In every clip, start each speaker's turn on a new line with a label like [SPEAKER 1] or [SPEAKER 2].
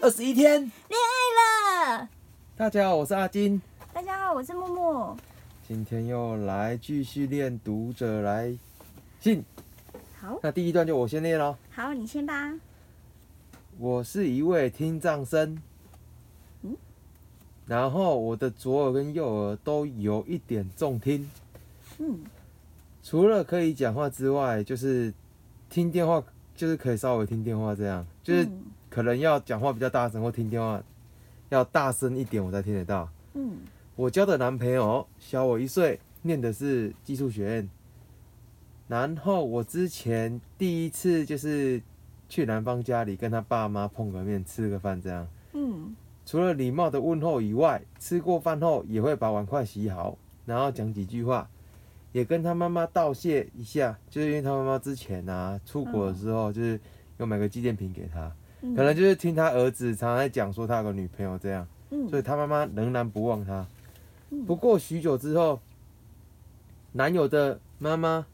[SPEAKER 1] 二十一天。
[SPEAKER 2] 恋爱了。
[SPEAKER 1] 大家好，我是阿金，
[SPEAKER 2] 大家好，我是木木。
[SPEAKER 1] 今天又来继续练读者来信。
[SPEAKER 2] 好，
[SPEAKER 1] 那第一段就我先念喽。
[SPEAKER 2] 好，你先吧。
[SPEAKER 1] 我是一位听障生，
[SPEAKER 2] 嗯
[SPEAKER 1] 然后我的左耳跟右耳都有一点重听，
[SPEAKER 2] 嗯，
[SPEAKER 1] 除了可以讲话之外，就是听电话，就是可以稍微听电话这样，就是
[SPEAKER 2] 嗯
[SPEAKER 1] 可能要讲话比较大声或听电话要大声一点，我才听得到。
[SPEAKER 2] 嗯，
[SPEAKER 1] 我交的男朋友小我一岁，念的是技术学院。然后我之前第一次就是去男方家里跟他爸妈碰个面，吃个饭这样。
[SPEAKER 2] 嗯，
[SPEAKER 1] 除了礼貌的问候以外，吃过饭后也会把碗筷洗好，然后讲几句话，也跟他妈妈道谢一下，就是因为他妈妈之前啊出国的时候，就是有买个纪念品给他，
[SPEAKER 2] 嗯
[SPEAKER 1] 可能就是听他儿子常常在讲说他有个女朋友这样。
[SPEAKER 2] 嗯，
[SPEAKER 1] 所以他妈妈仍然不忘他
[SPEAKER 2] 嗯。
[SPEAKER 1] 不过许久之后，男友的妈妈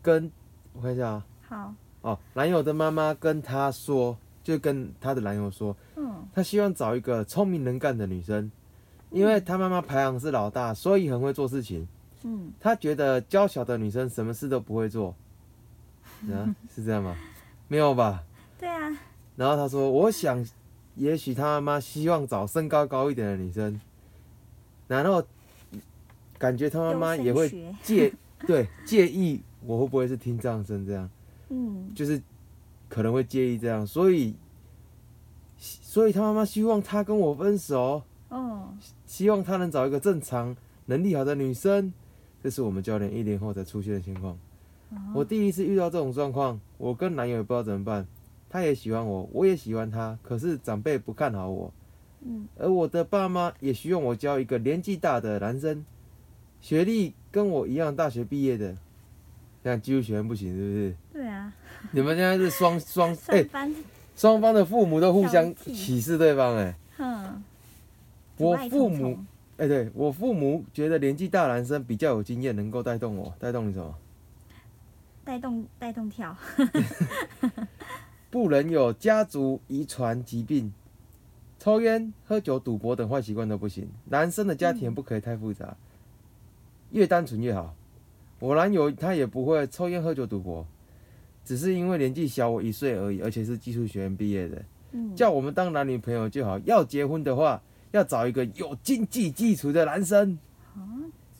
[SPEAKER 1] 跟我看一下啊，
[SPEAKER 2] 好，
[SPEAKER 1] 哦，男友的妈妈跟他说，就跟他的男友说，
[SPEAKER 2] 嗯
[SPEAKER 1] 他希望找一个聪明能干的女生，因为他妈妈排行是老大，所以很会做事情。
[SPEAKER 2] 嗯，
[SPEAKER 1] 他觉得娇小的女生什么事都不会做， 啊，是这样吗？没有吧？
[SPEAKER 2] 对啊，
[SPEAKER 1] 然后他说：“我想，也许他妈妈希望找身高高一点的女生，然后感觉他妈妈也
[SPEAKER 2] 优
[SPEAKER 1] 会
[SPEAKER 2] 生学
[SPEAKER 1] 介 对介意我会不会是听障生这样，
[SPEAKER 2] 嗯
[SPEAKER 1] 就是可能会介意这样，所以所以他妈妈希望他跟我分手，
[SPEAKER 2] 哦，
[SPEAKER 1] 希望他能找一个正常、能力好的女生。这是我们教练一年后才出现的情况。
[SPEAKER 2] 哦
[SPEAKER 1] 我第一次遇到这种状况，我跟男友也不知道怎么办。他也喜欢我，我也喜欢他，可是长辈不看好我，
[SPEAKER 2] 嗯
[SPEAKER 1] 而我的爸妈也希望我交一个年纪大的男生，学历跟我一样大学毕业的。这样技术学院不行是不是？
[SPEAKER 2] 对啊，
[SPEAKER 1] 你们现在是双双哎
[SPEAKER 2] 上，班，
[SPEAKER 1] 双、方的父母都互相
[SPEAKER 2] 挑剔
[SPEAKER 1] 歧视对方哎、
[SPEAKER 2] 哼，
[SPEAKER 1] 我
[SPEAKER 2] 阻碍
[SPEAKER 1] 父
[SPEAKER 2] 重
[SPEAKER 1] 母
[SPEAKER 2] 重，
[SPEAKER 1] 哎、对我父母觉得年纪大男生比较有经验，能够带动我，带动你什么？
[SPEAKER 2] 带动带动跳，
[SPEAKER 1] 不能有家族遗传疾病，抽烟、喝酒、赌博等坏习惯都不行。男生的家庭不可以太复杂，越单纯越好。我男友他也不会抽烟、喝酒、赌博，只是因为年纪小我一岁而已，而且是技术学院毕业的，
[SPEAKER 2] 嗯，
[SPEAKER 1] 叫我们当男女朋友就好。要结婚的话，要找一个有经济基础的男生。
[SPEAKER 2] 哦，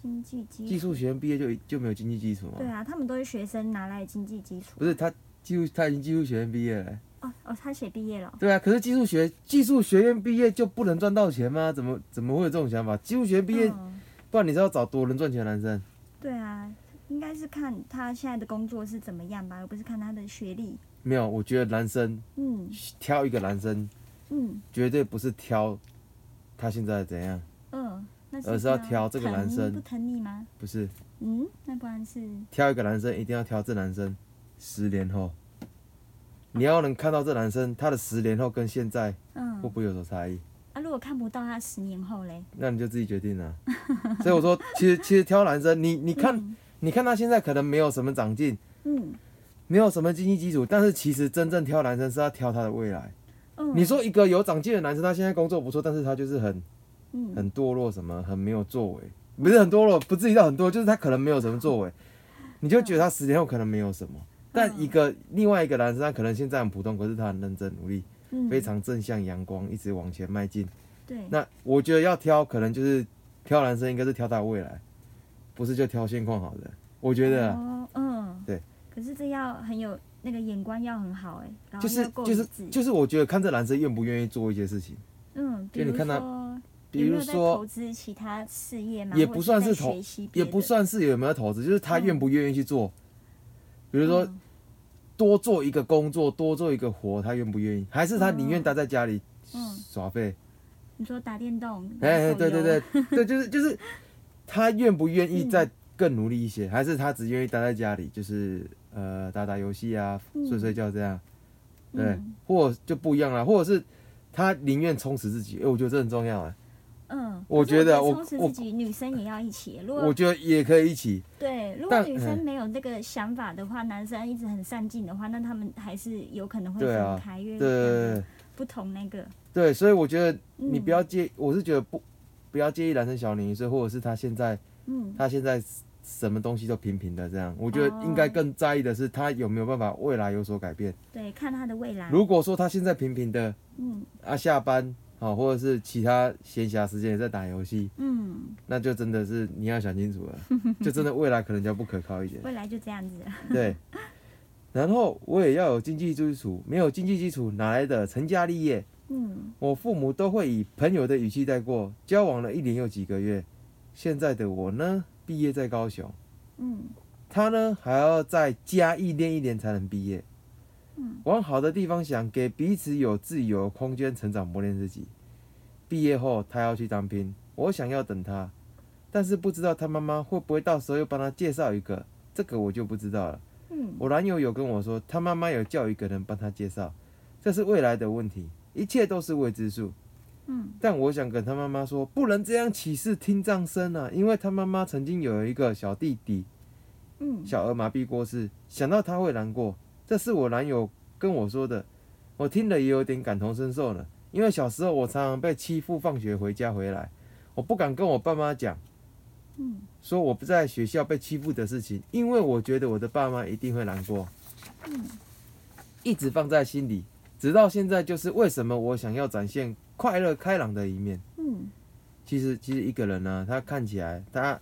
[SPEAKER 2] 经济基
[SPEAKER 1] 技
[SPEAKER 2] 础，
[SPEAKER 1] 术学院毕业就就没有经济基础吗？
[SPEAKER 2] 对啊，他们都是学生拿来的经济基础，
[SPEAKER 1] 不是他技术，他已经技术学院毕业了欸。
[SPEAKER 2] 哦哦，他写毕业了，
[SPEAKER 1] 对啊，可是技术学技术学院毕业就不能赚到钱吗？怎么怎么会有这种想法？技术学院毕业，
[SPEAKER 2] 嗯
[SPEAKER 1] 不然你是要找多能赚钱的男生？
[SPEAKER 2] 对啊，应该是看他现在的工作是怎么样吧，而不是看他的学历。
[SPEAKER 1] 没有，我觉得男生
[SPEAKER 2] 嗯
[SPEAKER 1] 挑一个男生，
[SPEAKER 2] 嗯
[SPEAKER 1] 绝对不是挑他现在怎样，
[SPEAKER 2] 嗯，那
[SPEAKER 1] 而
[SPEAKER 2] 是
[SPEAKER 1] 是要
[SPEAKER 2] 他
[SPEAKER 1] 挑这个
[SPEAKER 2] 疼
[SPEAKER 1] 男生
[SPEAKER 2] 不疼你吗？
[SPEAKER 1] 不是
[SPEAKER 2] 嗯，那不然是
[SPEAKER 1] 挑一个男生一定要挑这男生十年后，你要能看到这男生他的十年后跟现在会不
[SPEAKER 2] 嗯
[SPEAKER 1] 会有所差异，
[SPEAKER 2] 啊，如果看不到他十年后嘞，
[SPEAKER 1] 那你就自己决定了、啊 所以我说，其实其实挑男生，你你看、
[SPEAKER 2] 嗯
[SPEAKER 1] 你看他现在可能没有什么长进。
[SPEAKER 2] 嗯
[SPEAKER 1] 没有什么经济基础，但是其实真正挑男生是要挑他的未来。
[SPEAKER 2] 嗯，
[SPEAKER 1] 你说一个有长进的男生，他现在工作不错，但是他就是很
[SPEAKER 2] 嗯
[SPEAKER 1] 很堕落，什么很没有作为，不是很堕落，不至于到很多，就是他可能没有什么 作为，你就觉得他十年后可能没有什
[SPEAKER 2] 嗯
[SPEAKER 1] 么。但一个另外一个男生，他可能现在很普通，可是他很认真努力，
[SPEAKER 2] 嗯
[SPEAKER 1] 非常正向阳光，一直往前迈进。
[SPEAKER 2] 对，
[SPEAKER 1] 那我觉得要挑，可能就是挑男生，应该是挑他的未来，不是就挑现况好的。我觉得啊、
[SPEAKER 2] 哦嗯
[SPEAKER 1] 对，
[SPEAKER 2] 可是这要很有那个眼光要很好哎，然后
[SPEAKER 1] 就是
[SPEAKER 2] 要够
[SPEAKER 1] 就
[SPEAKER 2] 理
[SPEAKER 1] 是
[SPEAKER 2] 智
[SPEAKER 1] 就是，我觉得看这男生愿不愿意做一些事情。
[SPEAKER 2] 嗯，比
[SPEAKER 1] 就你
[SPEAKER 2] 如
[SPEAKER 1] 看他
[SPEAKER 2] 说
[SPEAKER 1] 比
[SPEAKER 2] 有没
[SPEAKER 1] 如
[SPEAKER 2] 有在
[SPEAKER 1] 说
[SPEAKER 2] 投资其他事业吗？
[SPEAKER 1] 也
[SPEAKER 2] 或
[SPEAKER 1] 不
[SPEAKER 2] 者
[SPEAKER 1] 算
[SPEAKER 2] 在
[SPEAKER 1] 是投
[SPEAKER 2] 学习别
[SPEAKER 1] 也
[SPEAKER 2] 的，
[SPEAKER 1] 不算是有没有投资，就是他愿不愿意去做。比
[SPEAKER 2] 比
[SPEAKER 1] 如说，多做一个工作，多做一个活，他愿不愿意？还是他宁愿待在家里
[SPEAKER 2] 嗯
[SPEAKER 1] 耍废？
[SPEAKER 2] 你说打电动，
[SPEAKER 1] 哎、
[SPEAKER 2] 玩手
[SPEAKER 1] 对对
[SPEAKER 2] 游
[SPEAKER 1] 对，对，就是就是他愿不愿意
[SPEAKER 2] 嗯
[SPEAKER 1] 再更努力一些？还是他只愿意待在家里，就是呃打打游戏啊，
[SPEAKER 2] 嗯
[SPEAKER 1] 睡睡觉这样？对，
[SPEAKER 2] 嗯
[SPEAKER 1] 或就不一样了，或者是他宁愿充实自己。哎、我觉得这很重要啊，
[SPEAKER 2] 嗯，
[SPEAKER 1] 我
[SPEAKER 2] 可是
[SPEAKER 1] 觉得
[SPEAKER 2] 我
[SPEAKER 1] 我
[SPEAKER 2] 充实
[SPEAKER 1] 我
[SPEAKER 2] 自己，女生也要一起。如
[SPEAKER 1] 我
[SPEAKER 2] 果
[SPEAKER 1] 觉得也可以一起。
[SPEAKER 2] 对，如果
[SPEAKER 1] 但
[SPEAKER 2] 女生
[SPEAKER 1] 嗯
[SPEAKER 2] 没有这个想法的话，男生一直很上进的话，那他们还是有可能会
[SPEAKER 1] 对啊
[SPEAKER 2] 分开，因为
[SPEAKER 1] 对
[SPEAKER 2] 两
[SPEAKER 1] 对
[SPEAKER 2] 个不同那个。
[SPEAKER 1] 对，所以我觉得
[SPEAKER 2] 嗯
[SPEAKER 1] 你不要介，我是觉得不不要介意男生小你一岁，或者是他现在
[SPEAKER 2] 嗯，
[SPEAKER 1] 他现在什么东西都平平的这样，我觉得应该
[SPEAKER 2] 哦
[SPEAKER 1] 更在意的是他有没有办法未来有所改变。
[SPEAKER 2] 对，看他的未来。
[SPEAKER 1] 如果说他现在平平的
[SPEAKER 2] 嗯
[SPEAKER 1] 啊，下班好、或者是其他闲暇时间也在打游戏，
[SPEAKER 2] 嗯，
[SPEAKER 1] 那就真的是你要想清 楚了，就真的未来可能就不可靠一点。
[SPEAKER 2] 未来就这样子了。
[SPEAKER 1] 对，然后我也要有经济基础，没有经济基础哪来的成家立业？
[SPEAKER 2] 嗯，
[SPEAKER 1] 我父母都会以朋友的语气带过。交往了一年又几个月，现在的我呢，毕业在高雄，
[SPEAKER 2] 嗯
[SPEAKER 1] 他呢还要再加一练一年才能毕业。
[SPEAKER 2] 嗯
[SPEAKER 1] 往好的地方想，给彼此有自由空间成长磨练自己。毕业后他要去当兵，我想要等他，但是不知道他妈妈会不会到时候又帮他介绍一个，这个我就不知道了。
[SPEAKER 2] 嗯
[SPEAKER 1] 我男友有跟我说，他妈妈有叫一个人帮他介绍，这是未来的问题，一切都是未知数。
[SPEAKER 2] 嗯
[SPEAKER 1] 但我想跟他妈妈说，不能这样歧视听障生啊，因为他妈妈曾经有一个小弟弟
[SPEAKER 2] 嗯，
[SPEAKER 1] 小儿麻痹过世，想到他会难过，这是我男友跟我说的，我听了也有点感同身受呢。因为小时候我常常被欺负，放学回家回来，我不敢跟我爸妈讲，
[SPEAKER 2] 嗯
[SPEAKER 1] 说我不在学校被欺负的事情，因为我觉得我的爸妈一定会难过，
[SPEAKER 2] 嗯
[SPEAKER 1] 一直放在心里，直到现在就是为什么我想要展现快乐开朗的一面。
[SPEAKER 2] 嗯
[SPEAKER 1] 其实其实一个人呢、他看起来他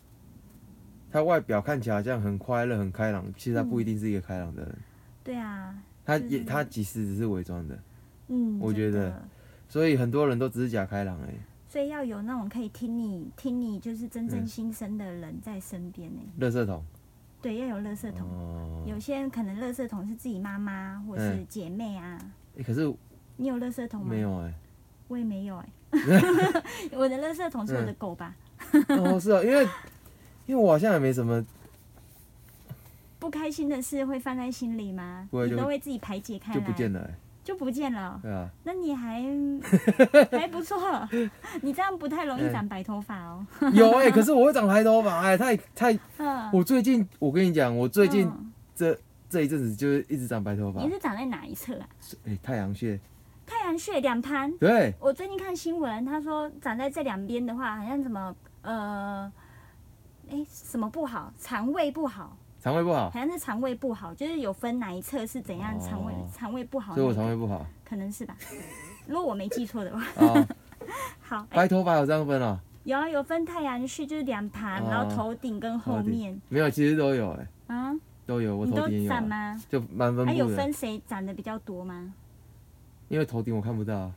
[SPEAKER 1] 他外表看起来好像很快乐很开朗，其实他不一定是一个开朗的人，
[SPEAKER 2] 对啊，
[SPEAKER 1] 他
[SPEAKER 2] 就
[SPEAKER 1] 也
[SPEAKER 2] 是
[SPEAKER 1] 他其实只是伪装的，
[SPEAKER 2] 嗯，
[SPEAKER 1] 我觉
[SPEAKER 2] 真
[SPEAKER 1] 得
[SPEAKER 2] 的
[SPEAKER 1] 所以很多人都只是假开朗而欸已，
[SPEAKER 2] 所以要有那种可以听你听你就是真正
[SPEAKER 1] 嗯
[SPEAKER 2] 心声的人在身边呢、
[SPEAKER 1] 垃圾桶。
[SPEAKER 2] 对，要有垃圾桶。
[SPEAKER 1] 哦、
[SPEAKER 2] 有些人可能垃圾桶是自己妈妈或是
[SPEAKER 1] 嗯
[SPEAKER 2] 姐妹啊，
[SPEAKER 1] 欸可是
[SPEAKER 2] 你有垃圾桶吗？
[SPEAKER 1] 没，有哎、
[SPEAKER 2] 我也没有 哎、我的垃圾桶是我的狗吧？
[SPEAKER 1] 哦是啊，因为因为我好像也没什么，
[SPEAKER 2] 不开心的事会放在心里吗？
[SPEAKER 1] 不会
[SPEAKER 2] 你
[SPEAKER 1] 就
[SPEAKER 2] 都会自己排解开来，
[SPEAKER 1] 就不见了、欸，
[SPEAKER 2] 就不见了哦。
[SPEAKER 1] 对啊。
[SPEAKER 2] 那你 还还不错，你这样不太容
[SPEAKER 1] 嗯
[SPEAKER 2] 易长白头发哦。
[SPEAKER 1] 有哎、可是我会长白头发哎、太太，
[SPEAKER 2] 嗯，
[SPEAKER 1] 我最近我跟你讲，我最近
[SPEAKER 2] 嗯
[SPEAKER 1] 这这一阵子就是一直长白头发，
[SPEAKER 2] 你是长在哪一侧啊？
[SPEAKER 1] 哎、太阳穴，
[SPEAKER 2] 太阳穴两旁。
[SPEAKER 1] 对，
[SPEAKER 2] 我最近看新闻，他说长在这两边的话，好像什么呃，哎、什么不好，肠胃不好，
[SPEAKER 1] 肠胃不好
[SPEAKER 2] 好，像是肠胃不好，就是有分哪一侧是怎样
[SPEAKER 1] 哦
[SPEAKER 2] 肠胃肠胃不好
[SPEAKER 1] 所以我
[SPEAKER 2] 那个，
[SPEAKER 1] 肠胃不 好
[SPEAKER 2] 可能是吧，如果我没记错的话。
[SPEAKER 1] 啊。
[SPEAKER 2] 好，哎
[SPEAKER 1] 白头发有这样分哦，
[SPEAKER 2] 有啊有分太阳穴，就是两盘，
[SPEAKER 1] 哦
[SPEAKER 2] 然后头顶跟后面
[SPEAKER 1] 没有，其实都有哎、
[SPEAKER 2] 啊，
[SPEAKER 1] 都有，我
[SPEAKER 2] 你
[SPEAKER 1] 头
[SPEAKER 2] 都
[SPEAKER 1] 顶也有
[SPEAKER 2] 长
[SPEAKER 1] 啊，
[SPEAKER 2] 吗？
[SPEAKER 1] 就蛮分
[SPEAKER 2] 还、有
[SPEAKER 1] 布的，
[SPEAKER 2] 分谁长得比较 多吗？
[SPEAKER 1] 因为头顶我看不到啊，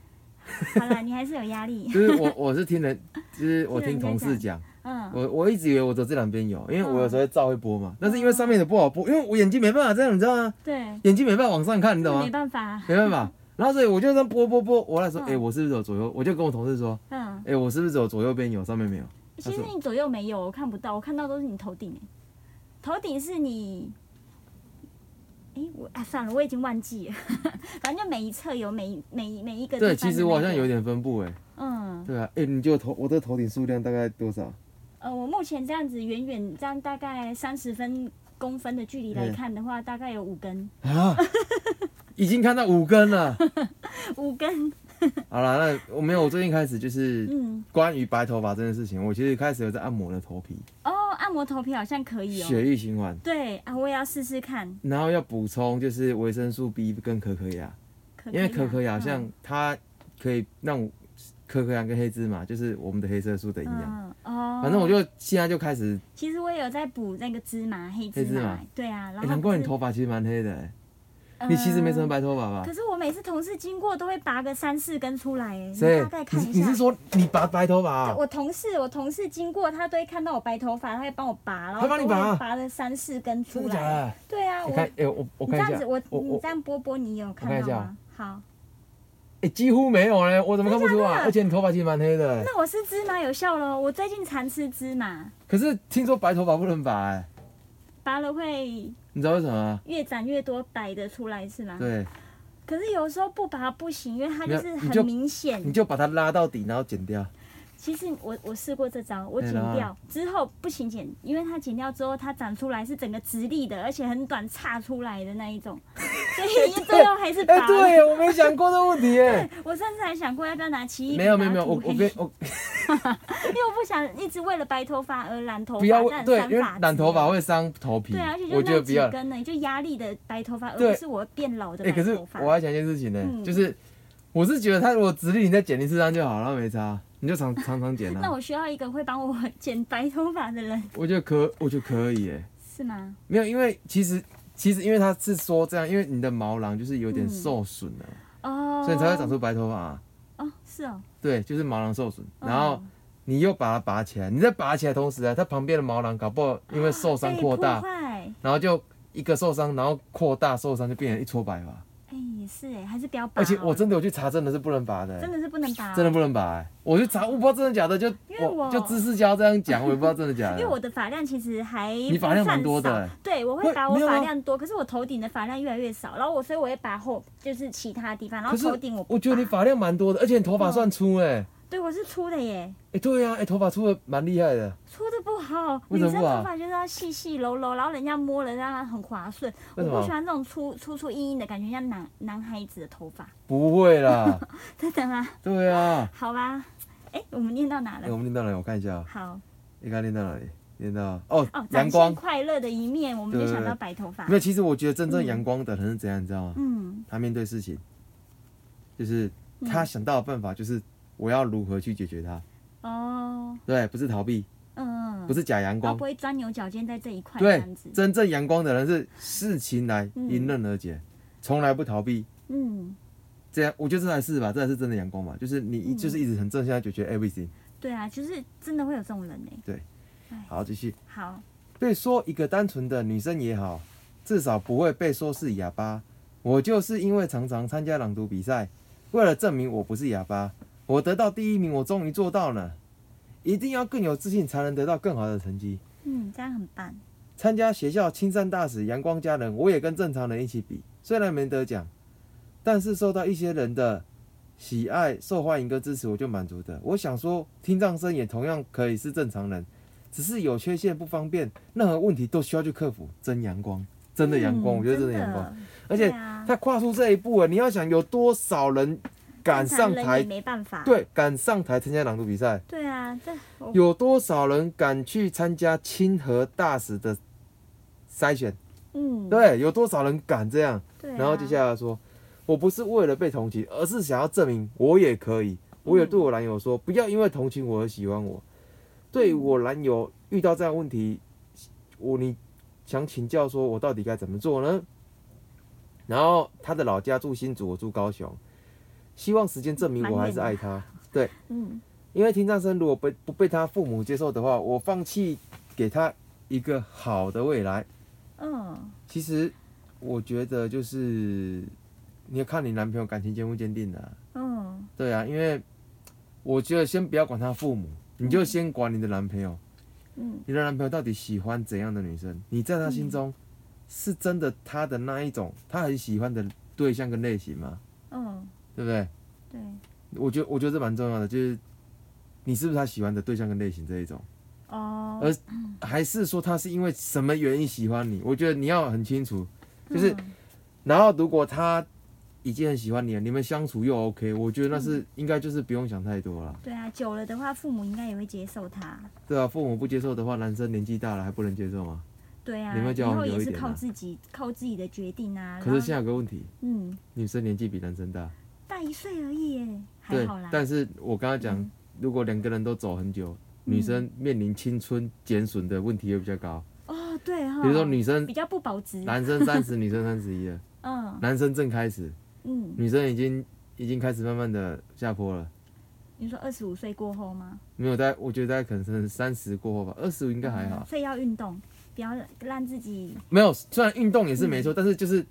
[SPEAKER 2] 好了，你还是有压力，
[SPEAKER 1] 就是我我是听 人，就是我听
[SPEAKER 2] 听人家
[SPEAKER 1] 同事讲，
[SPEAKER 2] 嗯，
[SPEAKER 1] 我我一直以为我走这两边有，因为我有时候会照会播
[SPEAKER 2] 哦
[SPEAKER 1] 嘛，但是因为上面的不好播，因为我眼睛没办法这样，你知道吗？
[SPEAKER 2] 对，
[SPEAKER 1] 眼睛没办法往上看，你懂
[SPEAKER 2] 没
[SPEAKER 1] 吗？
[SPEAKER 2] 办法，
[SPEAKER 1] 没办法，然后所以我就这样播播播，我那时候
[SPEAKER 2] 嗯
[SPEAKER 1] 哎、我是不是有左右？我就跟我同事说，
[SPEAKER 2] 嗯，
[SPEAKER 1] 哎、我是不是只有左右边有，上面没有？
[SPEAKER 2] 其实你左右没有，我看不到，我看到都是你头顶哎，头顶是你，哎、我啊算了，我已经忘记了， 反正就每一侧有每一每一每一个地
[SPEAKER 1] 对，
[SPEAKER 2] 方
[SPEAKER 1] 其
[SPEAKER 2] 的
[SPEAKER 1] 实我好像
[SPEAKER 2] 那个
[SPEAKER 1] 有，点分布哎、
[SPEAKER 2] 嗯，
[SPEAKER 1] 对啊，哎、你就头我的头顶数量大概多少？
[SPEAKER 2] 呃，我目前这样子远远这样大概三十分公分的距离
[SPEAKER 1] 嗯
[SPEAKER 2] 来看的话，大概有五根，
[SPEAKER 1] 啊，已经看到五根了。
[SPEAKER 2] 五根，
[SPEAKER 1] 好了，那我没有，我最近开始就是
[SPEAKER 2] 嗯，
[SPEAKER 1] 关于白头发这件事情，我其实开始有在按摩我的头皮，
[SPEAKER 2] 哦，按摩头皮好像可以
[SPEAKER 1] 血
[SPEAKER 2] 哦，
[SPEAKER 1] 液循环，
[SPEAKER 2] 对啊，我也要试试看，
[SPEAKER 1] 然后要补充就是维生素 B 跟可可牙，
[SPEAKER 2] 可
[SPEAKER 1] 因为可可牙
[SPEAKER 2] 嗯
[SPEAKER 1] 像它可以让我可可牙跟黑芝麻就是我们的黑色素的营养，
[SPEAKER 2] 嗯哦，
[SPEAKER 1] 反正我就现在就开始，
[SPEAKER 2] 其实我也有在补那个芝麻黑芝
[SPEAKER 1] 黑芝麻
[SPEAKER 2] 对啊，
[SPEAKER 1] 哎、
[SPEAKER 2] 然后、呃
[SPEAKER 1] 难怪你头发其实蛮黑的、欸，你其实没什么白头发吧
[SPEAKER 2] 可？是我每次同事经过都会拔个三四根出来，哎，你
[SPEAKER 1] 谁
[SPEAKER 2] 大概？看
[SPEAKER 1] 你
[SPEAKER 2] 一下。
[SPEAKER 1] 你是说你拔白头发
[SPEAKER 2] 对
[SPEAKER 1] 啊？
[SPEAKER 2] 我同事，我同事经过，他都会看到我白头发，他会帮我拔，然后
[SPEAKER 1] 他帮你拔
[SPEAKER 2] 都
[SPEAKER 1] 啊
[SPEAKER 2] 会拔了三四根
[SPEAKER 1] 真
[SPEAKER 2] 出
[SPEAKER 1] 的假
[SPEAKER 2] 来。
[SPEAKER 1] 的？
[SPEAKER 2] 对啊，
[SPEAKER 1] 你
[SPEAKER 2] 我
[SPEAKER 1] 看，哎、我我
[SPEAKER 2] 你
[SPEAKER 1] 看一
[SPEAKER 2] 这样
[SPEAKER 1] 下
[SPEAKER 2] 子，，我
[SPEAKER 1] 我
[SPEAKER 2] 你
[SPEAKER 1] 我
[SPEAKER 2] 这样拨拨，你有看
[SPEAKER 1] 看一
[SPEAKER 2] 到
[SPEAKER 1] 下
[SPEAKER 2] 吗？好，
[SPEAKER 1] 哎、几乎没有嘞，我怎么看不出
[SPEAKER 2] 真的假
[SPEAKER 1] 来？
[SPEAKER 2] 的
[SPEAKER 1] 而且你头发其实蛮黑的欸，
[SPEAKER 2] 那我是芝麻有效咯，我最近常吃芝麻，
[SPEAKER 1] 可是听说白头发不能拔哎，
[SPEAKER 2] 拔了会
[SPEAKER 1] 你知道为什么吗？
[SPEAKER 2] 越长越多，白的出来是吗？。
[SPEAKER 1] 对，
[SPEAKER 2] 可是有时候不拔不行，因为它
[SPEAKER 1] 没
[SPEAKER 2] 就
[SPEAKER 1] 有
[SPEAKER 2] 是
[SPEAKER 1] 你就
[SPEAKER 2] 很明显
[SPEAKER 1] 你。就把它拉到底，然后剪掉。
[SPEAKER 2] 其实我我试过这招，我剪
[SPEAKER 1] 对啦
[SPEAKER 2] 掉之后不行剪，因为它剪掉之后它长出来是整个直立的，而且很短叉出来的那 一种，所以最后还是
[SPEAKER 1] 哎、
[SPEAKER 2] 拔了。
[SPEAKER 1] 对，我没想过这个问题 耶。
[SPEAKER 2] 我甚至还想过要不要拿奇异笔
[SPEAKER 1] 没有没
[SPEAKER 2] 把
[SPEAKER 1] 有没
[SPEAKER 2] 它
[SPEAKER 1] 有，我
[SPEAKER 2] 涂黑
[SPEAKER 1] 我跟我
[SPEAKER 2] 因为我不想一直为了白头发而染头发，
[SPEAKER 1] 不要
[SPEAKER 2] 但
[SPEAKER 1] 对，
[SPEAKER 2] 染
[SPEAKER 1] 因为
[SPEAKER 2] 发
[SPEAKER 1] 染
[SPEAKER 2] 质
[SPEAKER 1] 头发会伤头皮
[SPEAKER 2] 对啊，而且，就
[SPEAKER 1] 我觉
[SPEAKER 2] 那
[SPEAKER 1] 得不
[SPEAKER 2] 几
[SPEAKER 1] 要。
[SPEAKER 2] 根呢，就压力的白头发，而
[SPEAKER 1] 对
[SPEAKER 2] 不是我变老的
[SPEAKER 1] 哎、
[SPEAKER 2] 白
[SPEAKER 1] 可是
[SPEAKER 2] 头发。
[SPEAKER 1] 我要讲一件事情呢、
[SPEAKER 2] 嗯
[SPEAKER 1] 就是我是觉得他如果直立，你再剪一次上就好了，没差，你就常 常常剪
[SPEAKER 2] 那
[SPEAKER 1] 啊。
[SPEAKER 2] 我需要一个会帮我剪白头发的人，
[SPEAKER 1] 我觉得可，我觉得可以耶。
[SPEAKER 2] 是吗？
[SPEAKER 1] 没有，因为其实其实因为他是说这样，因为你的毛囊就是有点
[SPEAKER 2] 嗯
[SPEAKER 1] 受损啊了、
[SPEAKER 2] 哦，
[SPEAKER 1] 所以才会长出白头发、啊。
[SPEAKER 2] 哦，是哦。
[SPEAKER 1] 对，就是毛囊受损，
[SPEAKER 2] 嗯
[SPEAKER 1] 然后你又把它拔起来，你在拔起来的同时啊，它旁边的毛囊搞不好因为受伤
[SPEAKER 2] 被
[SPEAKER 1] 扩大，
[SPEAKER 2] 哎破坏，
[SPEAKER 1] 然后就一个受伤，然后扩大受伤就变成一撮白发。
[SPEAKER 2] 哎，也是哎，还是不要
[SPEAKER 1] 而
[SPEAKER 2] 拔好了。
[SPEAKER 1] 且我真的有去查，真的是不能拔的、欸
[SPEAKER 2] 真的是不能拔哦，
[SPEAKER 1] 真的不能拔、欸。我去查，我不知道真的假的，就
[SPEAKER 2] 因为
[SPEAKER 1] 我
[SPEAKER 2] 我
[SPEAKER 1] 就知识教这样讲，我也不知道真的假的。
[SPEAKER 2] 因为我的发量其实还
[SPEAKER 1] 你发量蛮多的
[SPEAKER 2] 不算少对，我会
[SPEAKER 1] 喂
[SPEAKER 2] 把我
[SPEAKER 1] 没有啊
[SPEAKER 2] 发量多，可是我头顶的发量越来越少，然后我所以我会拔后就是其他地方，然后
[SPEAKER 1] 可是
[SPEAKER 2] 头顶我
[SPEAKER 1] 我觉得你发量蛮多的，而且你头发算粗哎、欸。
[SPEAKER 2] 对我是粗的耶，
[SPEAKER 1] 哎、对呀、啊，哎、头发粗的蛮厉害的。
[SPEAKER 2] 粗的不好，
[SPEAKER 1] 为
[SPEAKER 2] 女
[SPEAKER 1] 什么
[SPEAKER 2] 生
[SPEAKER 1] 不好
[SPEAKER 2] 头发就是要细细柔柔，然后人家摸了让它很滑顺，我
[SPEAKER 1] 为什么
[SPEAKER 2] 不喜欢这种粗粗粗硬硬的感觉，像男男孩子的头发，
[SPEAKER 1] 不会啦，
[SPEAKER 2] 真的吗？
[SPEAKER 1] 对啊。
[SPEAKER 2] 好吧，哎、我们念到哪
[SPEAKER 1] 哎、
[SPEAKER 2] 了？
[SPEAKER 1] 我们练到哪里？我看一下啊，
[SPEAKER 2] 好
[SPEAKER 1] 应该练到哪里？练到哦
[SPEAKER 2] 哦，，
[SPEAKER 1] 阳
[SPEAKER 2] 展现
[SPEAKER 1] 光。
[SPEAKER 2] 快乐的一面，我们就
[SPEAKER 1] 对
[SPEAKER 2] 想到白头发
[SPEAKER 1] 没，有，其实我觉得真正阳光的人是怎样，你知道吗？
[SPEAKER 2] 嗯，
[SPEAKER 1] 他面对事情，就是他想到的办法，就是我要如何去解决它。
[SPEAKER 2] 哦，
[SPEAKER 1] 对，不是逃避，
[SPEAKER 2] 嗯，
[SPEAKER 1] 不是假阳
[SPEAKER 2] 然
[SPEAKER 1] 光
[SPEAKER 2] 后不，会钻牛角尖在这一块这
[SPEAKER 1] 对
[SPEAKER 2] 样子，，
[SPEAKER 1] 真正阳光的人是事情来
[SPEAKER 2] 嗯
[SPEAKER 1] 迎刃而解，从、来不逃避。
[SPEAKER 2] 嗯，
[SPEAKER 1] 这样，我觉得这才是吧，这才是真的阳光吧，就是你一、
[SPEAKER 2] 嗯
[SPEAKER 1] 就是一直很正向地解决 everything。
[SPEAKER 2] 对啊，就是真的会有这种人哎、
[SPEAKER 1] 好，继续。
[SPEAKER 2] 好，
[SPEAKER 1] 被说一个单纯的女生也好，至少不会被说是哑巴。我就是因为常常参加朗读比赛，为了证明我不是哑巴，我得到第一名，我终于做到了。一定要更有自信，才能得到更好的成绩。
[SPEAKER 2] 嗯，这样很棒，
[SPEAKER 1] 参加学校青山大使阳光家人，我也跟正常人一起比，虽然没得奖，但是受到一些人的喜爱、受欢迎跟支持，我就满足的。我想说，听障生也同样可以是正常人，只是有缺陷不方便，任何问题都需要去克服。真阳光，真的阳光，
[SPEAKER 2] 嗯
[SPEAKER 1] 我觉得真的阳光。，而
[SPEAKER 2] 对
[SPEAKER 1] 且
[SPEAKER 2] 啊
[SPEAKER 1] 他跨出这一步了，你要想有多少人敢
[SPEAKER 2] 正常
[SPEAKER 1] 上
[SPEAKER 2] 人也
[SPEAKER 1] 台，
[SPEAKER 2] 没办法，
[SPEAKER 1] 对，敢上台参加朗读比赛。
[SPEAKER 2] 对啊，这我
[SPEAKER 1] 有多少人敢去参加清河大使的筛选？
[SPEAKER 2] 嗯，
[SPEAKER 1] 对，有多少人敢这样？
[SPEAKER 2] 对啊、
[SPEAKER 1] 然后接下来说，我不是为了被同情，而是想要证明我也可以。我
[SPEAKER 2] 嗯
[SPEAKER 1] 也对我男友说，不要因为同情我而喜欢我。对我男友遇到这样的问题，我你想请教说，我到底该怎么做呢？然后他的老家住新竹，我住高雄，希望时间证明我还是爱他。
[SPEAKER 2] 嗯
[SPEAKER 1] 因为听障生如果不不被他父母接受的话，我放弃给他一个好的未来。
[SPEAKER 2] 嗯，
[SPEAKER 1] 其实我觉得就是你要看你男朋友感情坚不坚定的、啊，
[SPEAKER 2] 嗯，
[SPEAKER 1] 对啊，因为我觉得先不要管他父母，你就先管你的男朋友，
[SPEAKER 2] 嗯，
[SPEAKER 1] 你的男朋友到底喜欢怎样的女生？你在他心中是真的他的那一种他很喜欢的对象跟类型吗？
[SPEAKER 2] 嗯，
[SPEAKER 1] 对不对？
[SPEAKER 2] 对，
[SPEAKER 1] 我觉得我觉得这蛮重要的，就是你是不是他喜欢的对象跟类型这一种。
[SPEAKER 2] 哦，
[SPEAKER 1] 而还是说他是因为什么原因喜欢你？我觉得你要很清楚。就是
[SPEAKER 2] 嗯
[SPEAKER 1] 然后如果他已经很喜欢你了，你们相处又 OK，我觉得那是、
[SPEAKER 2] 嗯
[SPEAKER 1] 应该就是不用想太多了。
[SPEAKER 2] 对啊，久了的话，父母应该也会接受他。
[SPEAKER 1] 对啊，父母不接受的话，男生年纪大了还不能接受吗？
[SPEAKER 2] 对啊，
[SPEAKER 1] 你们
[SPEAKER 2] 以
[SPEAKER 1] 交往
[SPEAKER 2] 后
[SPEAKER 1] 久
[SPEAKER 2] 也
[SPEAKER 1] 一
[SPEAKER 2] 是
[SPEAKER 1] 点
[SPEAKER 2] 靠
[SPEAKER 1] 啊
[SPEAKER 2] 自己，靠自己的决定啊。
[SPEAKER 1] 可是
[SPEAKER 2] 然后
[SPEAKER 1] 现在有个问题，
[SPEAKER 2] 嗯，
[SPEAKER 1] 女生年纪比男生大，
[SPEAKER 2] 大一岁而已耶，还
[SPEAKER 1] 对
[SPEAKER 2] 好啦。。嗯
[SPEAKER 1] 但是我刚刚讲，如果两个人都走很久，女生面临青春减损的问题也比较高。
[SPEAKER 2] 哦，对哈。
[SPEAKER 1] 比如说女生
[SPEAKER 2] 比，较不保值。
[SPEAKER 1] 男生三十，女生三十一了，
[SPEAKER 2] 嗯
[SPEAKER 1] 男生正开始，
[SPEAKER 2] 嗯，
[SPEAKER 1] 女生已经已经开始慢慢的下坡了。
[SPEAKER 2] 你说二十五岁过后吗？
[SPEAKER 1] 没有，大概我觉得大概可能是三十过后吧，二十应该还好
[SPEAKER 2] 嗯。所以要运动，不要让自己
[SPEAKER 1] 没有，虽然运动也是没错，
[SPEAKER 2] 嗯
[SPEAKER 1] 但是就是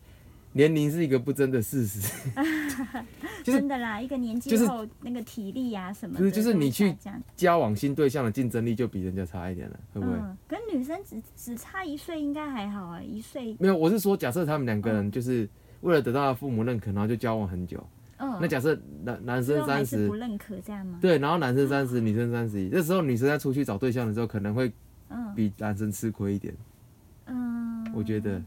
[SPEAKER 1] 年龄是一个不争的事实。 就是
[SPEAKER 2] 真的啦，一个年纪
[SPEAKER 1] 就是
[SPEAKER 2] 后那个体力呀、什么的
[SPEAKER 1] 不
[SPEAKER 2] 都
[SPEAKER 1] 是
[SPEAKER 2] 会
[SPEAKER 1] 就
[SPEAKER 2] 下降，
[SPEAKER 1] 是你去交往新对象的竞争力就比人家差一点了，会不会？
[SPEAKER 2] 嗯，跟女生只只差一岁应该还好啊，一岁
[SPEAKER 1] 没有，我是说，假设他们两个人就是为了得到他父母认可，然后就交往很久，
[SPEAKER 2] 嗯，
[SPEAKER 1] 那假设男男
[SPEAKER 2] 最
[SPEAKER 1] 生
[SPEAKER 2] 后还
[SPEAKER 1] 三
[SPEAKER 2] 是
[SPEAKER 1] 十
[SPEAKER 2] 不，嗯认可这样吗？
[SPEAKER 1] 对，然后男生三十，女生三十一，这时候女生在出去找对象的时候，可能会
[SPEAKER 2] 嗯
[SPEAKER 1] 比男生吃亏一点，
[SPEAKER 2] 嗯，
[SPEAKER 1] 我觉得。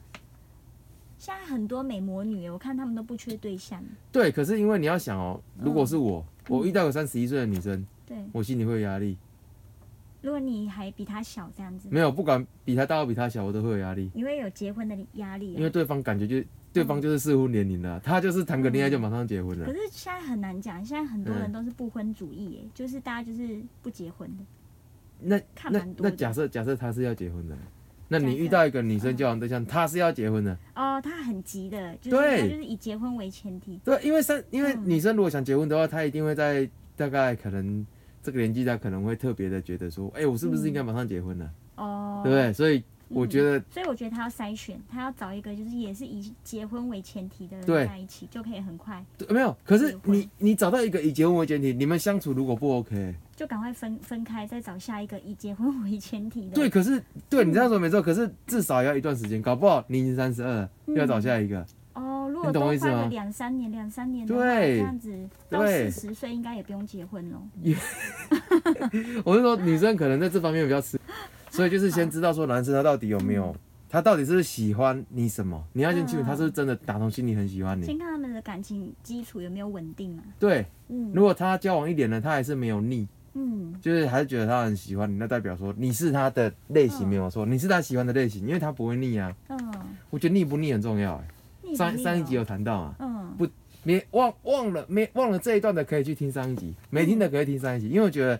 [SPEAKER 2] 现在很多美魔女，我看她们都不缺对象，
[SPEAKER 1] 对，可是因为你要想哦，
[SPEAKER 2] 嗯
[SPEAKER 1] 如果是我，我遇到个三十一岁的女生，
[SPEAKER 2] 对，
[SPEAKER 1] 我心里会有压力。
[SPEAKER 2] 如果你还比她小这样子，
[SPEAKER 1] 没有，不管比她大或比她小，我都会有压力，
[SPEAKER 2] 你会有结婚的压力、啊，
[SPEAKER 1] 因为对方感觉就对方就是适婚年龄了，她就是谈个恋爱就马上结婚了
[SPEAKER 2] 可。是现在很难讲，现在很多人都是不婚主义，耶，就是大家就是不结婚的。
[SPEAKER 1] 那
[SPEAKER 2] 看
[SPEAKER 1] 那
[SPEAKER 2] 蛮多
[SPEAKER 1] 那
[SPEAKER 2] 的
[SPEAKER 1] 假设假设她是要结婚的，那
[SPEAKER 2] 假
[SPEAKER 1] 你
[SPEAKER 2] 设
[SPEAKER 1] 遇到一个女生交往对象，她是要结婚的，
[SPEAKER 2] 哦，他很急的，就是
[SPEAKER 1] 对
[SPEAKER 2] 他就是以结婚为前提。
[SPEAKER 1] 对，因为三因为
[SPEAKER 2] 嗯
[SPEAKER 1] 女生如果想结婚的话，她一定会在大概可能这个年纪，她可能会特别的觉得说，哎，我是不是应该马上结婚了，
[SPEAKER 2] 嗯哦，
[SPEAKER 1] 对不对？所以我觉得
[SPEAKER 2] 嗯所以我觉得他要筛选，他要找一个就是也是以结婚为前提的人
[SPEAKER 1] 对
[SPEAKER 2] 在一起，就可以很快
[SPEAKER 1] 对没有，可是
[SPEAKER 2] 也会
[SPEAKER 1] 你你找到一个以结婚为前提，你们相处如果不 OK，
[SPEAKER 2] 就赶快分分开，再找下一个以结婚为前提的。
[SPEAKER 1] 对，，可是对你这样说没错，可是至少也要一段时间，搞不好你已经三十二了，又
[SPEAKER 2] 嗯
[SPEAKER 1] 要找下一个，
[SPEAKER 2] 哦，如果
[SPEAKER 1] 你懂
[SPEAKER 2] 都
[SPEAKER 1] 我意思
[SPEAKER 2] 花
[SPEAKER 1] 吗
[SPEAKER 2] 了两三年，两三年的话，
[SPEAKER 1] 对
[SPEAKER 2] 这样子到
[SPEAKER 1] 对
[SPEAKER 2] 四十岁应该也不用结婚了。
[SPEAKER 1] 我是说女生可能在这方面比较吃，所以就是先知道说男生他到底有没有，
[SPEAKER 2] 嗯
[SPEAKER 1] 他到底是不是喜欢你什么，你要先清楚他是不是真的打从心里很喜欢你。
[SPEAKER 2] 先看他们的感情基础有没有稳定啊。
[SPEAKER 1] 对，
[SPEAKER 2] 嗯
[SPEAKER 1] 如果他交往一年了，他还是没有腻，
[SPEAKER 2] 嗯
[SPEAKER 1] 就是还是觉得他很喜欢你，那代表说你是他的类型没有错，你是他喜欢的类型，因为他不会腻啊。
[SPEAKER 2] 嗯，
[SPEAKER 1] 我觉得腻不腻很重要、欸，
[SPEAKER 2] 你也
[SPEAKER 1] 上
[SPEAKER 2] 不腻
[SPEAKER 1] 上一
[SPEAKER 2] 哦
[SPEAKER 1] 集有谈到啊，
[SPEAKER 2] 嗯
[SPEAKER 1] 不没忘忘了没忘了这一段的可以去听上一集，没听的可以听上一集，因为我觉得，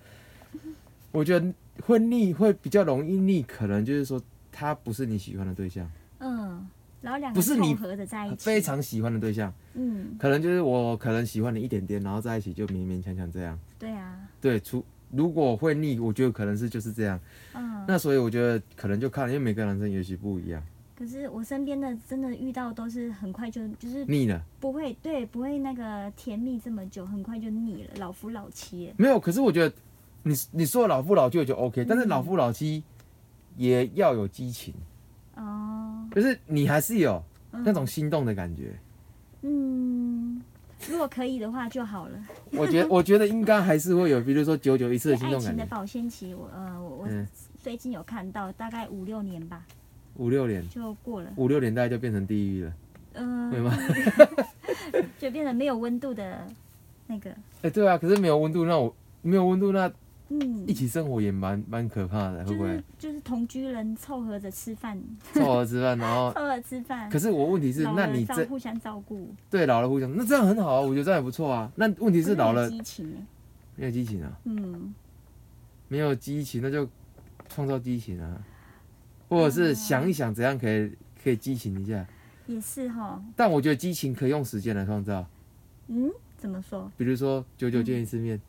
[SPEAKER 1] 我觉得会腻会比较容易腻，可能就是说他不是你喜欢的对象，
[SPEAKER 2] 嗯，然后两
[SPEAKER 1] 不
[SPEAKER 2] 个
[SPEAKER 1] 是你啊
[SPEAKER 2] 凑合的在一起，
[SPEAKER 1] 非常喜欢的对象，
[SPEAKER 2] 嗯，
[SPEAKER 1] 可能就是我可能喜欢你一点点，然后在一起就勉勉强强这样。
[SPEAKER 2] 对啊，
[SPEAKER 1] 对，除如果会腻，我觉得可能是就是这样。
[SPEAKER 2] 嗯。
[SPEAKER 1] 那所以我觉得可能就看，因为每个男生也许不一样，
[SPEAKER 2] 可是我身边的真的遇到都是很快就就是
[SPEAKER 1] 腻了
[SPEAKER 2] 不会对不会那个甜蜜这么久，很快就腻了，老夫老妻了。
[SPEAKER 1] 没有？可是我觉得你你说老夫老妻我就 OK，但是老夫老妻也要有激情，
[SPEAKER 2] 哦，
[SPEAKER 1] 就是你还是有
[SPEAKER 2] 嗯
[SPEAKER 1] 那种心动的感觉。
[SPEAKER 2] 嗯，如果可以的话就好 了。
[SPEAKER 1] 我觉得我觉得应该还是会有，比如说久久一次的心
[SPEAKER 2] 爱
[SPEAKER 1] 动
[SPEAKER 2] 情
[SPEAKER 1] 感
[SPEAKER 2] 的
[SPEAKER 1] 觉，
[SPEAKER 2] 保鲜期，我呃我我
[SPEAKER 1] 嗯
[SPEAKER 2] 最近有看到大概五六年吧
[SPEAKER 1] 五六年，
[SPEAKER 2] 就过了，
[SPEAKER 1] 五六年大概就变成地狱了，对
[SPEAKER 2] 嗯，
[SPEAKER 1] 吗？
[SPEAKER 2] 就变得没有温度的那个，
[SPEAKER 1] 哎、对啊，可是没有温度，那我没有温度，那
[SPEAKER 2] 嗯
[SPEAKER 1] 一，起生活也蛮蛮可怕的，会
[SPEAKER 2] 就
[SPEAKER 1] 不会
[SPEAKER 2] 是？就是同居人凑合着吃饭，
[SPEAKER 1] 凑合吃饭，然后
[SPEAKER 2] 凑合吃饭。
[SPEAKER 1] 哦可是我问题是，
[SPEAKER 2] 老
[SPEAKER 1] 那
[SPEAKER 2] 了
[SPEAKER 1] 你
[SPEAKER 2] 照
[SPEAKER 1] 这
[SPEAKER 2] 互相照顾，
[SPEAKER 1] 对老了互相，那这样很好啊，我觉得这样也不错啊。那问题
[SPEAKER 2] 可
[SPEAKER 1] 是老
[SPEAKER 2] 没有
[SPEAKER 1] 了
[SPEAKER 2] 激情欸
[SPEAKER 1] 没有激情啊，
[SPEAKER 2] 嗯，
[SPEAKER 1] 没有激情，那就创造激情啊，或者是想一想怎样可以可以激情一下。
[SPEAKER 2] 也是哈，
[SPEAKER 1] 但我觉得激情可以用时间来创造，
[SPEAKER 2] 嗯，怎么说？
[SPEAKER 1] 比如说久久见一次面，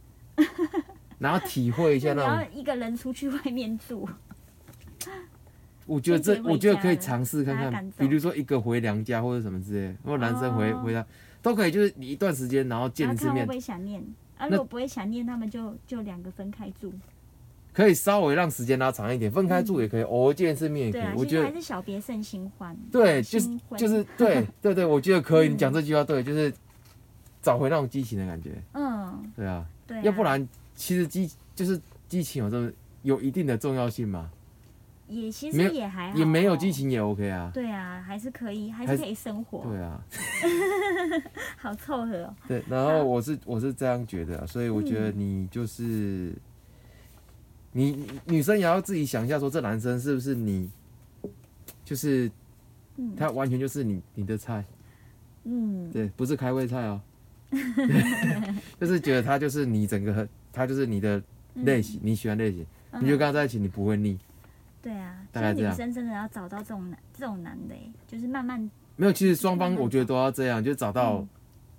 [SPEAKER 1] 然后体会一
[SPEAKER 2] 就
[SPEAKER 1] 下
[SPEAKER 2] 你
[SPEAKER 1] 那
[SPEAKER 2] 要
[SPEAKER 1] 种。
[SPEAKER 2] 一个人出去外面住，
[SPEAKER 1] 我觉得
[SPEAKER 2] 自己
[SPEAKER 1] 这
[SPEAKER 2] 回
[SPEAKER 1] 我觉得
[SPEAKER 2] 家
[SPEAKER 1] 可以
[SPEAKER 2] 了
[SPEAKER 1] 尝试看
[SPEAKER 2] 把它
[SPEAKER 1] 看
[SPEAKER 2] 赶，走
[SPEAKER 1] 比如说一个回娘家或者什么之类，或者男生回
[SPEAKER 2] 哦
[SPEAKER 1] 回家都可以，就是你一段时间然后
[SPEAKER 2] 然
[SPEAKER 1] 见
[SPEAKER 2] 后
[SPEAKER 1] 一次
[SPEAKER 2] 看会
[SPEAKER 1] 面
[SPEAKER 2] 不，会想念。啊，
[SPEAKER 1] 那
[SPEAKER 2] 如果不会想念，他们就就两个分开住。
[SPEAKER 1] 可以稍微让时间拉长一点，分开住也可以，偶尔见一次面也可
[SPEAKER 2] 对啊，
[SPEAKER 1] 以。我
[SPEAKER 2] 现
[SPEAKER 1] 觉
[SPEAKER 2] 在
[SPEAKER 1] 得
[SPEAKER 2] 还是小别胜新欢。啊
[SPEAKER 1] 对，就是
[SPEAKER 2] 新婚
[SPEAKER 1] 就是 对对对，我觉得可以。你
[SPEAKER 2] 嗯
[SPEAKER 1] 讲这句话对，就是找回那种激情的感觉，
[SPEAKER 2] 嗯，
[SPEAKER 1] 对啊，
[SPEAKER 2] 对啊。
[SPEAKER 1] 要不然其实激就是激情有这么有一定的重要性嘛，
[SPEAKER 2] 也其
[SPEAKER 1] 没
[SPEAKER 2] 实
[SPEAKER 1] 有
[SPEAKER 2] 也还好，哦
[SPEAKER 1] 也没有激。情也 OK 啊，
[SPEAKER 2] 对啊，还是可以，还
[SPEAKER 1] 还
[SPEAKER 2] 是
[SPEAKER 1] 是
[SPEAKER 2] 可以生活，
[SPEAKER 1] 对啊，
[SPEAKER 2] 好凑合哦。
[SPEAKER 1] 对。然后我是我是这样觉得啊，所以我觉
[SPEAKER 2] 嗯
[SPEAKER 1] 得你就是你你女生也要自己想一下，说这男生是不是你，就是
[SPEAKER 2] 嗯
[SPEAKER 1] 他完全就是你你的菜。
[SPEAKER 2] 嗯，
[SPEAKER 1] 对，不是开胃菜 哦，就是觉得他就是你整个，他就是你的类型，你喜欢类型，
[SPEAKER 2] 嗯
[SPEAKER 1] 你就跟他在一起，你不会腻。
[SPEAKER 2] 对啊，
[SPEAKER 1] 大
[SPEAKER 2] 所
[SPEAKER 1] 概
[SPEAKER 2] 以
[SPEAKER 1] 这
[SPEAKER 2] 女
[SPEAKER 1] 样
[SPEAKER 2] 生真的要找到这种男这种男的欸，就是慢慢
[SPEAKER 1] 没有，其实双方
[SPEAKER 2] 慢慢
[SPEAKER 1] 我觉得都要这样，就找到
[SPEAKER 2] 嗯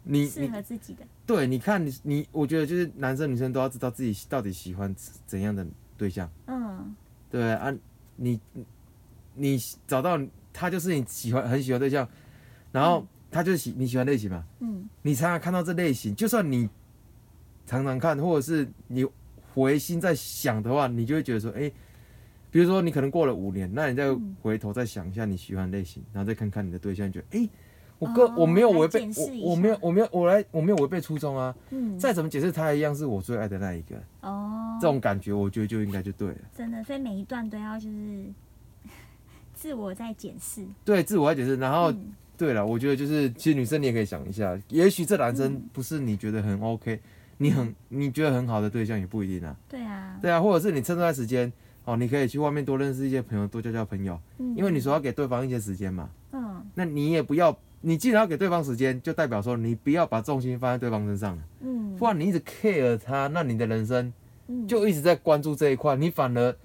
[SPEAKER 1] 你
[SPEAKER 2] 适
[SPEAKER 1] 你
[SPEAKER 2] 合自己的。
[SPEAKER 1] 对，你看你你，我觉得就是男生女生都要知道自己到底喜欢怎样的对象，
[SPEAKER 2] 嗯，
[SPEAKER 1] 对不对啊，你你找到他就是你喜欢很喜欢对象，然后他就是喜你喜欢类型嘛，
[SPEAKER 2] 嗯
[SPEAKER 1] 你常常看到这类型，就算你常常看，或者是你回心在想的话，你就会觉得说，哎、比如说
[SPEAKER 2] 嗯
[SPEAKER 1] 你可能过了五年，那你再回头再想一下你喜欢的类型，然后再看看你的对象，你觉得，哎、我个、
[SPEAKER 2] 哦
[SPEAKER 1] 我没有
[SPEAKER 2] 来
[SPEAKER 1] 违背
[SPEAKER 2] 检视
[SPEAKER 1] 我
[SPEAKER 2] 一
[SPEAKER 1] 我
[SPEAKER 2] 下
[SPEAKER 1] 没有我没有我来我没有违背初衷啊，
[SPEAKER 2] 嗯，
[SPEAKER 1] 再怎么解释他一样是我最爱的那一个，
[SPEAKER 2] 哦，
[SPEAKER 1] 这种感觉我觉得就应该就对了，
[SPEAKER 2] 真的，所以每一段都要就是 自我在检视。
[SPEAKER 1] 对自我爱解释。然后、
[SPEAKER 2] 嗯
[SPEAKER 1] 对了，我觉得就是其实女生你也可以想一下，也许这男生
[SPEAKER 2] 嗯
[SPEAKER 1] 不是你觉得很 OK，你很你觉得很好的对象也不一定啊，
[SPEAKER 2] 对啊，
[SPEAKER 1] 对啊，或者是你趁这段时间哦，你可以去外面多认识一些朋友，多交交朋友，
[SPEAKER 2] 嗯
[SPEAKER 1] 因为你说要给对方一些时间嘛。
[SPEAKER 2] 嗯
[SPEAKER 1] 那你也不要，你既然要给对方时间，就代表说你不要把重心放在对方身上，
[SPEAKER 2] 嗯，
[SPEAKER 1] 不然你一直 care 他，那你的人生
[SPEAKER 2] 嗯
[SPEAKER 1] 就一直在关注这一块，你反而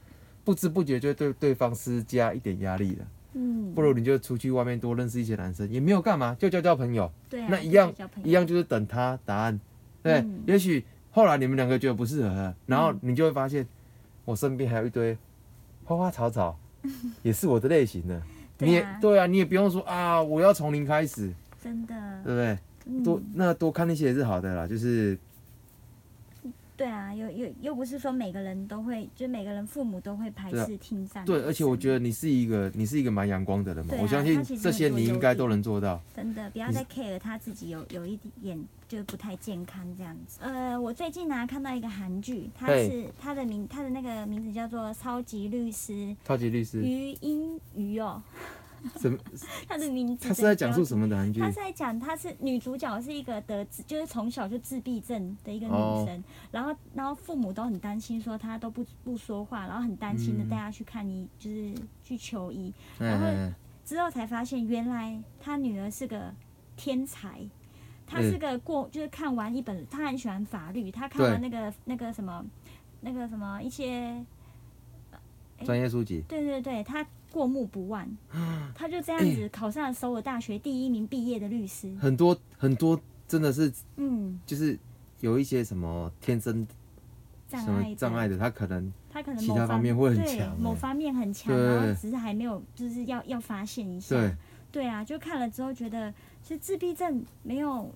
[SPEAKER 1] 不知不觉就对对方施加一点压力了。
[SPEAKER 2] 嗯，
[SPEAKER 1] 不如你就出去外面多认识一些男生，也没有干嘛，就交交朋友，
[SPEAKER 2] 对啊，
[SPEAKER 1] 那一样
[SPEAKER 2] 就交朋友
[SPEAKER 1] 一样就是等他答案。对，
[SPEAKER 2] 嗯
[SPEAKER 1] 也许后来你们两个觉得不适合了，然后你就会发现，我身边还有一堆花花草 草，也是我的类型的。
[SPEAKER 2] 对
[SPEAKER 1] 你也
[SPEAKER 2] 啊
[SPEAKER 1] 对啊，你也不用说啊，我要从零开始，
[SPEAKER 2] 真
[SPEAKER 1] 对
[SPEAKER 2] 的
[SPEAKER 1] 不对？
[SPEAKER 2] 嗯
[SPEAKER 1] 多那多看那些也是好的啦，就是
[SPEAKER 2] 对啊，又又又不是说每个人都会，就每个人父母都会排
[SPEAKER 1] 对啊
[SPEAKER 2] 斥听障。
[SPEAKER 1] 对，而且我觉得你是一个你是一个蛮阳光的人嘛，
[SPEAKER 2] 对啊
[SPEAKER 1] 我相
[SPEAKER 2] 他
[SPEAKER 1] 信
[SPEAKER 2] 其实
[SPEAKER 1] 这些
[SPEAKER 2] 很多
[SPEAKER 1] 你应该都能做到。
[SPEAKER 2] 真的不要再 care 他自己有有一点就是不太健康这样子。呃，我最近呢、看到一个韩剧，它
[SPEAKER 1] 嘿
[SPEAKER 2] 是它的名它的那个名字叫做《超级律师
[SPEAKER 1] 超级律师
[SPEAKER 2] 于英瑜》哦，
[SPEAKER 1] 什么？
[SPEAKER 2] 它的名字。
[SPEAKER 1] 他是在讲述什？么的韩剧
[SPEAKER 2] 他？是在讲，她是女主角是一个得自，就是从小就自闭症的一个女
[SPEAKER 1] 哦
[SPEAKER 2] 生，然后然后父母都很担心，说她都不不说话，然后很担心的
[SPEAKER 1] 嗯
[SPEAKER 2] 带她去看医，就是去求医，
[SPEAKER 1] 嗯
[SPEAKER 2] 后哎
[SPEAKER 1] 嗯
[SPEAKER 2] 之后才发现原来她女儿是个天才。她
[SPEAKER 1] 嗯
[SPEAKER 2] 是个过，就是看完一本，她很喜欢法律，她看完那
[SPEAKER 1] 对
[SPEAKER 2] 个那个什么，那个什么一些，
[SPEAKER 1] 嗯专业书籍
[SPEAKER 2] 对对对，她过目不 忘，她就这样子考上了首尔大学第一名毕业的律师。
[SPEAKER 1] 很多很多真的是
[SPEAKER 2] 嗯，
[SPEAKER 1] 就是有一些什么天生
[SPEAKER 2] 障
[SPEAKER 1] 什
[SPEAKER 2] 碍
[SPEAKER 1] 么
[SPEAKER 2] 的
[SPEAKER 1] 障碍的，他可能
[SPEAKER 2] 他可能
[SPEAKER 1] 其
[SPEAKER 2] 某
[SPEAKER 1] 他方面会很
[SPEAKER 2] 对
[SPEAKER 1] 强
[SPEAKER 2] 某
[SPEAKER 1] 欸
[SPEAKER 2] 方面很强，
[SPEAKER 1] 对
[SPEAKER 2] 然后只是还没有，就是要要发现一下。
[SPEAKER 1] 对
[SPEAKER 2] 对啊，就看了之后觉得，其实自闭症没有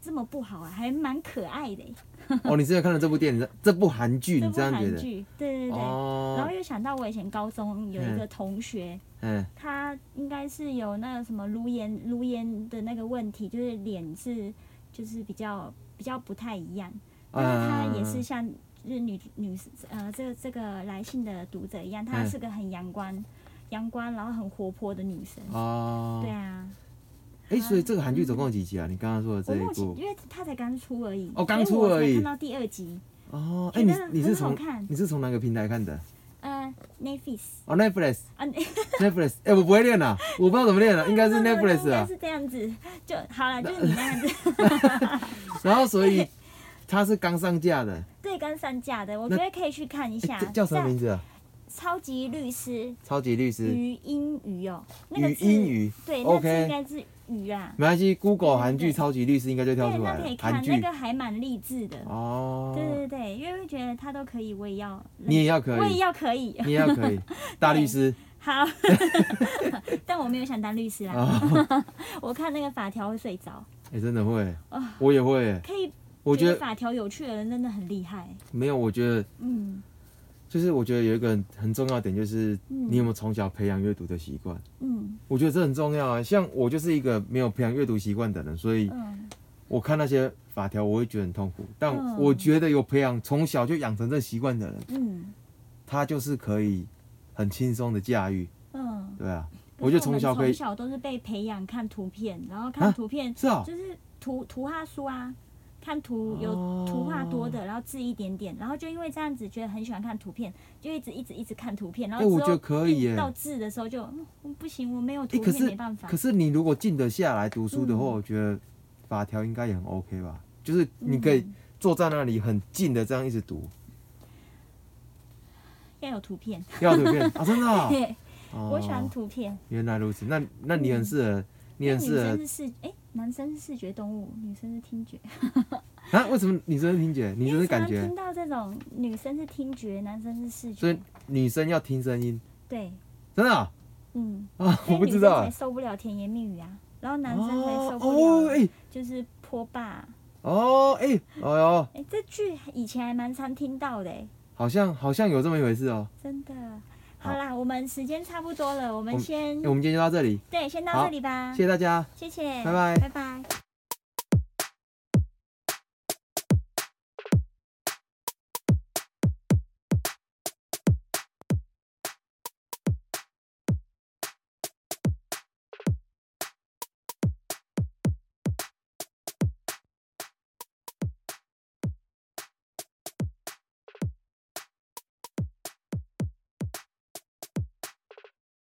[SPEAKER 2] 这么不好啊，还蛮可爱的欸、
[SPEAKER 1] 哦，你之前看了这部电影，这部韩剧，
[SPEAKER 2] 这
[SPEAKER 1] 你
[SPEAKER 2] 部
[SPEAKER 1] 这样觉
[SPEAKER 2] 韩
[SPEAKER 1] 得？
[SPEAKER 2] 剧，对对对。然
[SPEAKER 1] 哦
[SPEAKER 2] 后，又想到我以前高中有一个同学，
[SPEAKER 1] 嗯，
[SPEAKER 2] 他应该是有那个什么颅炎颅炎的那个问题，就是脸是就是比较比较不太一样。那他也是
[SPEAKER 1] 嗯
[SPEAKER 2] 像就是女女呃这个这个来信的读者一样，她
[SPEAKER 1] 嗯
[SPEAKER 2] 是个很阳光、阳光，然后很活泼的女生。对
[SPEAKER 1] 哦，
[SPEAKER 2] 啊，嗯
[SPEAKER 1] 哎，所以这个韩剧总共有几集啊？你刚刚说的
[SPEAKER 2] 我
[SPEAKER 1] 这
[SPEAKER 2] 目
[SPEAKER 1] 一
[SPEAKER 2] 前
[SPEAKER 1] 部
[SPEAKER 2] 因为她才刚出而已，
[SPEAKER 1] 哦刚
[SPEAKER 2] 所以我
[SPEAKER 1] 出而已
[SPEAKER 2] 才看到第二集，
[SPEAKER 1] 哦，哎，
[SPEAKER 2] 觉
[SPEAKER 1] 你
[SPEAKER 2] 得
[SPEAKER 1] 你是
[SPEAKER 2] 很好
[SPEAKER 1] 从
[SPEAKER 2] 看。
[SPEAKER 1] 你是从哪个平台看的？
[SPEAKER 2] 呃 n e t f i s
[SPEAKER 1] 哦，Netflix
[SPEAKER 2] 啊，那
[SPEAKER 1] Netflix，哎、我不会练啊，我不知道怎么 练啊，应该是
[SPEAKER 2] 应
[SPEAKER 1] Netflix
[SPEAKER 2] 该
[SPEAKER 1] 啊。
[SPEAKER 2] 是这样子就好了，就是你那样子。
[SPEAKER 1] 然后所以它是刚上架 的，哎
[SPEAKER 2] 对，刚上架的，我觉得可以去看一下
[SPEAKER 1] 哎这。叫什么名
[SPEAKER 2] 字？
[SPEAKER 1] 字啊？
[SPEAKER 2] 超级律师
[SPEAKER 1] 超级律师
[SPEAKER 2] 于英语哦，那个
[SPEAKER 1] 于
[SPEAKER 2] 字
[SPEAKER 1] 英语，
[SPEAKER 2] 对，那个字
[SPEAKER 1] OK
[SPEAKER 2] 应该是语啊。
[SPEAKER 1] 没关系，Google 韩
[SPEAKER 2] 对
[SPEAKER 1] 剧
[SPEAKER 2] 对
[SPEAKER 1] 超级律师应该就跳
[SPEAKER 2] 对，
[SPEAKER 1] 出
[SPEAKER 2] 那
[SPEAKER 1] 来
[SPEAKER 2] 可以
[SPEAKER 1] 了。
[SPEAKER 2] 看
[SPEAKER 1] 韩，
[SPEAKER 2] 那
[SPEAKER 1] 剧
[SPEAKER 2] 个还蛮励志的。对
[SPEAKER 1] 哦，
[SPEAKER 2] 对对，因为会觉得他都可以，我也要，
[SPEAKER 1] 你也要可
[SPEAKER 2] 我也
[SPEAKER 1] 以，
[SPEAKER 2] 要可以。
[SPEAKER 1] 你也要 可以，大律师
[SPEAKER 2] 好，但我没有想当律师啦。
[SPEAKER 1] 哦
[SPEAKER 2] 我看那个法条会睡着，
[SPEAKER 1] 哎、真的会，
[SPEAKER 2] 哦
[SPEAKER 1] 我也会、
[SPEAKER 2] 可以。
[SPEAKER 1] 我觉得
[SPEAKER 2] 法条有趣的人真的很厉害。
[SPEAKER 1] 没有，我觉得
[SPEAKER 2] 嗯
[SPEAKER 1] 就是我觉得有一个很很重要的点就是，
[SPEAKER 2] 嗯
[SPEAKER 1] 你有没有从小培养阅读的习惯？
[SPEAKER 2] 嗯
[SPEAKER 1] 我觉得这很重要啊。像我就是一个没有培养阅读习惯的人，所以
[SPEAKER 2] 嗯，
[SPEAKER 1] 我看那些法条，我会觉得很痛苦。但
[SPEAKER 2] 嗯
[SPEAKER 1] 我觉得有培养从小就养成这习惯的人，
[SPEAKER 2] 嗯
[SPEAKER 1] 他就是可以很轻松的驾驭，
[SPEAKER 2] 嗯。
[SPEAKER 1] 对啊。我觉得从小可
[SPEAKER 2] 从
[SPEAKER 1] 以，
[SPEAKER 2] 小都是被培养看图片，然后
[SPEAKER 1] 啊
[SPEAKER 2] 看图片
[SPEAKER 1] 是啊，
[SPEAKER 2] 就是图图画书啊，看图有
[SPEAKER 1] 哦
[SPEAKER 2] 图画多的，然后字一点点，然后就因为这样子觉得很喜欢看图片，就一直一直一直看图片，然后
[SPEAKER 1] 哎我
[SPEAKER 2] 之后
[SPEAKER 1] 觉得可以耶
[SPEAKER 2] 到字的时候就、嗯、不行，我没有图
[SPEAKER 1] 哎可
[SPEAKER 2] 片
[SPEAKER 1] 是
[SPEAKER 2] 没办法
[SPEAKER 1] 可。是你如果静得下来读书的话，
[SPEAKER 2] 嗯
[SPEAKER 1] 我觉得法条应该也很 OK 吧？就是你可以
[SPEAKER 2] 嗯
[SPEAKER 1] 坐在那里很静的这样一直读，
[SPEAKER 2] 要有图片，
[SPEAKER 1] 要 图片啊，真的啊、
[SPEAKER 2] 嘿
[SPEAKER 1] 哦
[SPEAKER 2] 我喜欢图片。
[SPEAKER 1] 原来如此，那那你很适合，你啊
[SPEAKER 2] 因为
[SPEAKER 1] 很
[SPEAKER 2] 女
[SPEAKER 1] 适
[SPEAKER 2] 生
[SPEAKER 1] 合
[SPEAKER 2] 是视哎、男生是视觉动物，女生是听觉。
[SPEAKER 1] 啊？为什么女生是听觉，女生是感
[SPEAKER 2] 因为常
[SPEAKER 1] 觉
[SPEAKER 2] 常听？到这种女生是听觉，男生是视
[SPEAKER 1] 所
[SPEAKER 2] 觉
[SPEAKER 1] 以。女生要听声音，
[SPEAKER 2] 对，
[SPEAKER 1] 真的啊？
[SPEAKER 2] 嗯，
[SPEAKER 1] 啊
[SPEAKER 2] 所
[SPEAKER 1] 我
[SPEAKER 2] 以
[SPEAKER 1] 不
[SPEAKER 2] 女
[SPEAKER 1] 知
[SPEAKER 2] 生
[SPEAKER 1] 道
[SPEAKER 2] 才
[SPEAKER 1] 啊。
[SPEAKER 2] 受不了甜言蜜语啊，然后男生才受
[SPEAKER 1] 哦
[SPEAKER 2] 不
[SPEAKER 1] 哦
[SPEAKER 2] 了，
[SPEAKER 1] 哎
[SPEAKER 2] 就是泼霸。
[SPEAKER 1] 哦哎哦哟，
[SPEAKER 2] 哎、这句以前还蛮常听到的、哎，
[SPEAKER 1] 好像好像有这么一回事哦。
[SPEAKER 2] 真的。好啦，我们时间差不多了，我们先
[SPEAKER 1] 哎我们今天就到这里，
[SPEAKER 2] 对，先到
[SPEAKER 1] 好
[SPEAKER 2] 这里吧
[SPEAKER 1] 谢，谢大家。
[SPEAKER 2] 谢谢，
[SPEAKER 1] 拜拜
[SPEAKER 2] 拜拜。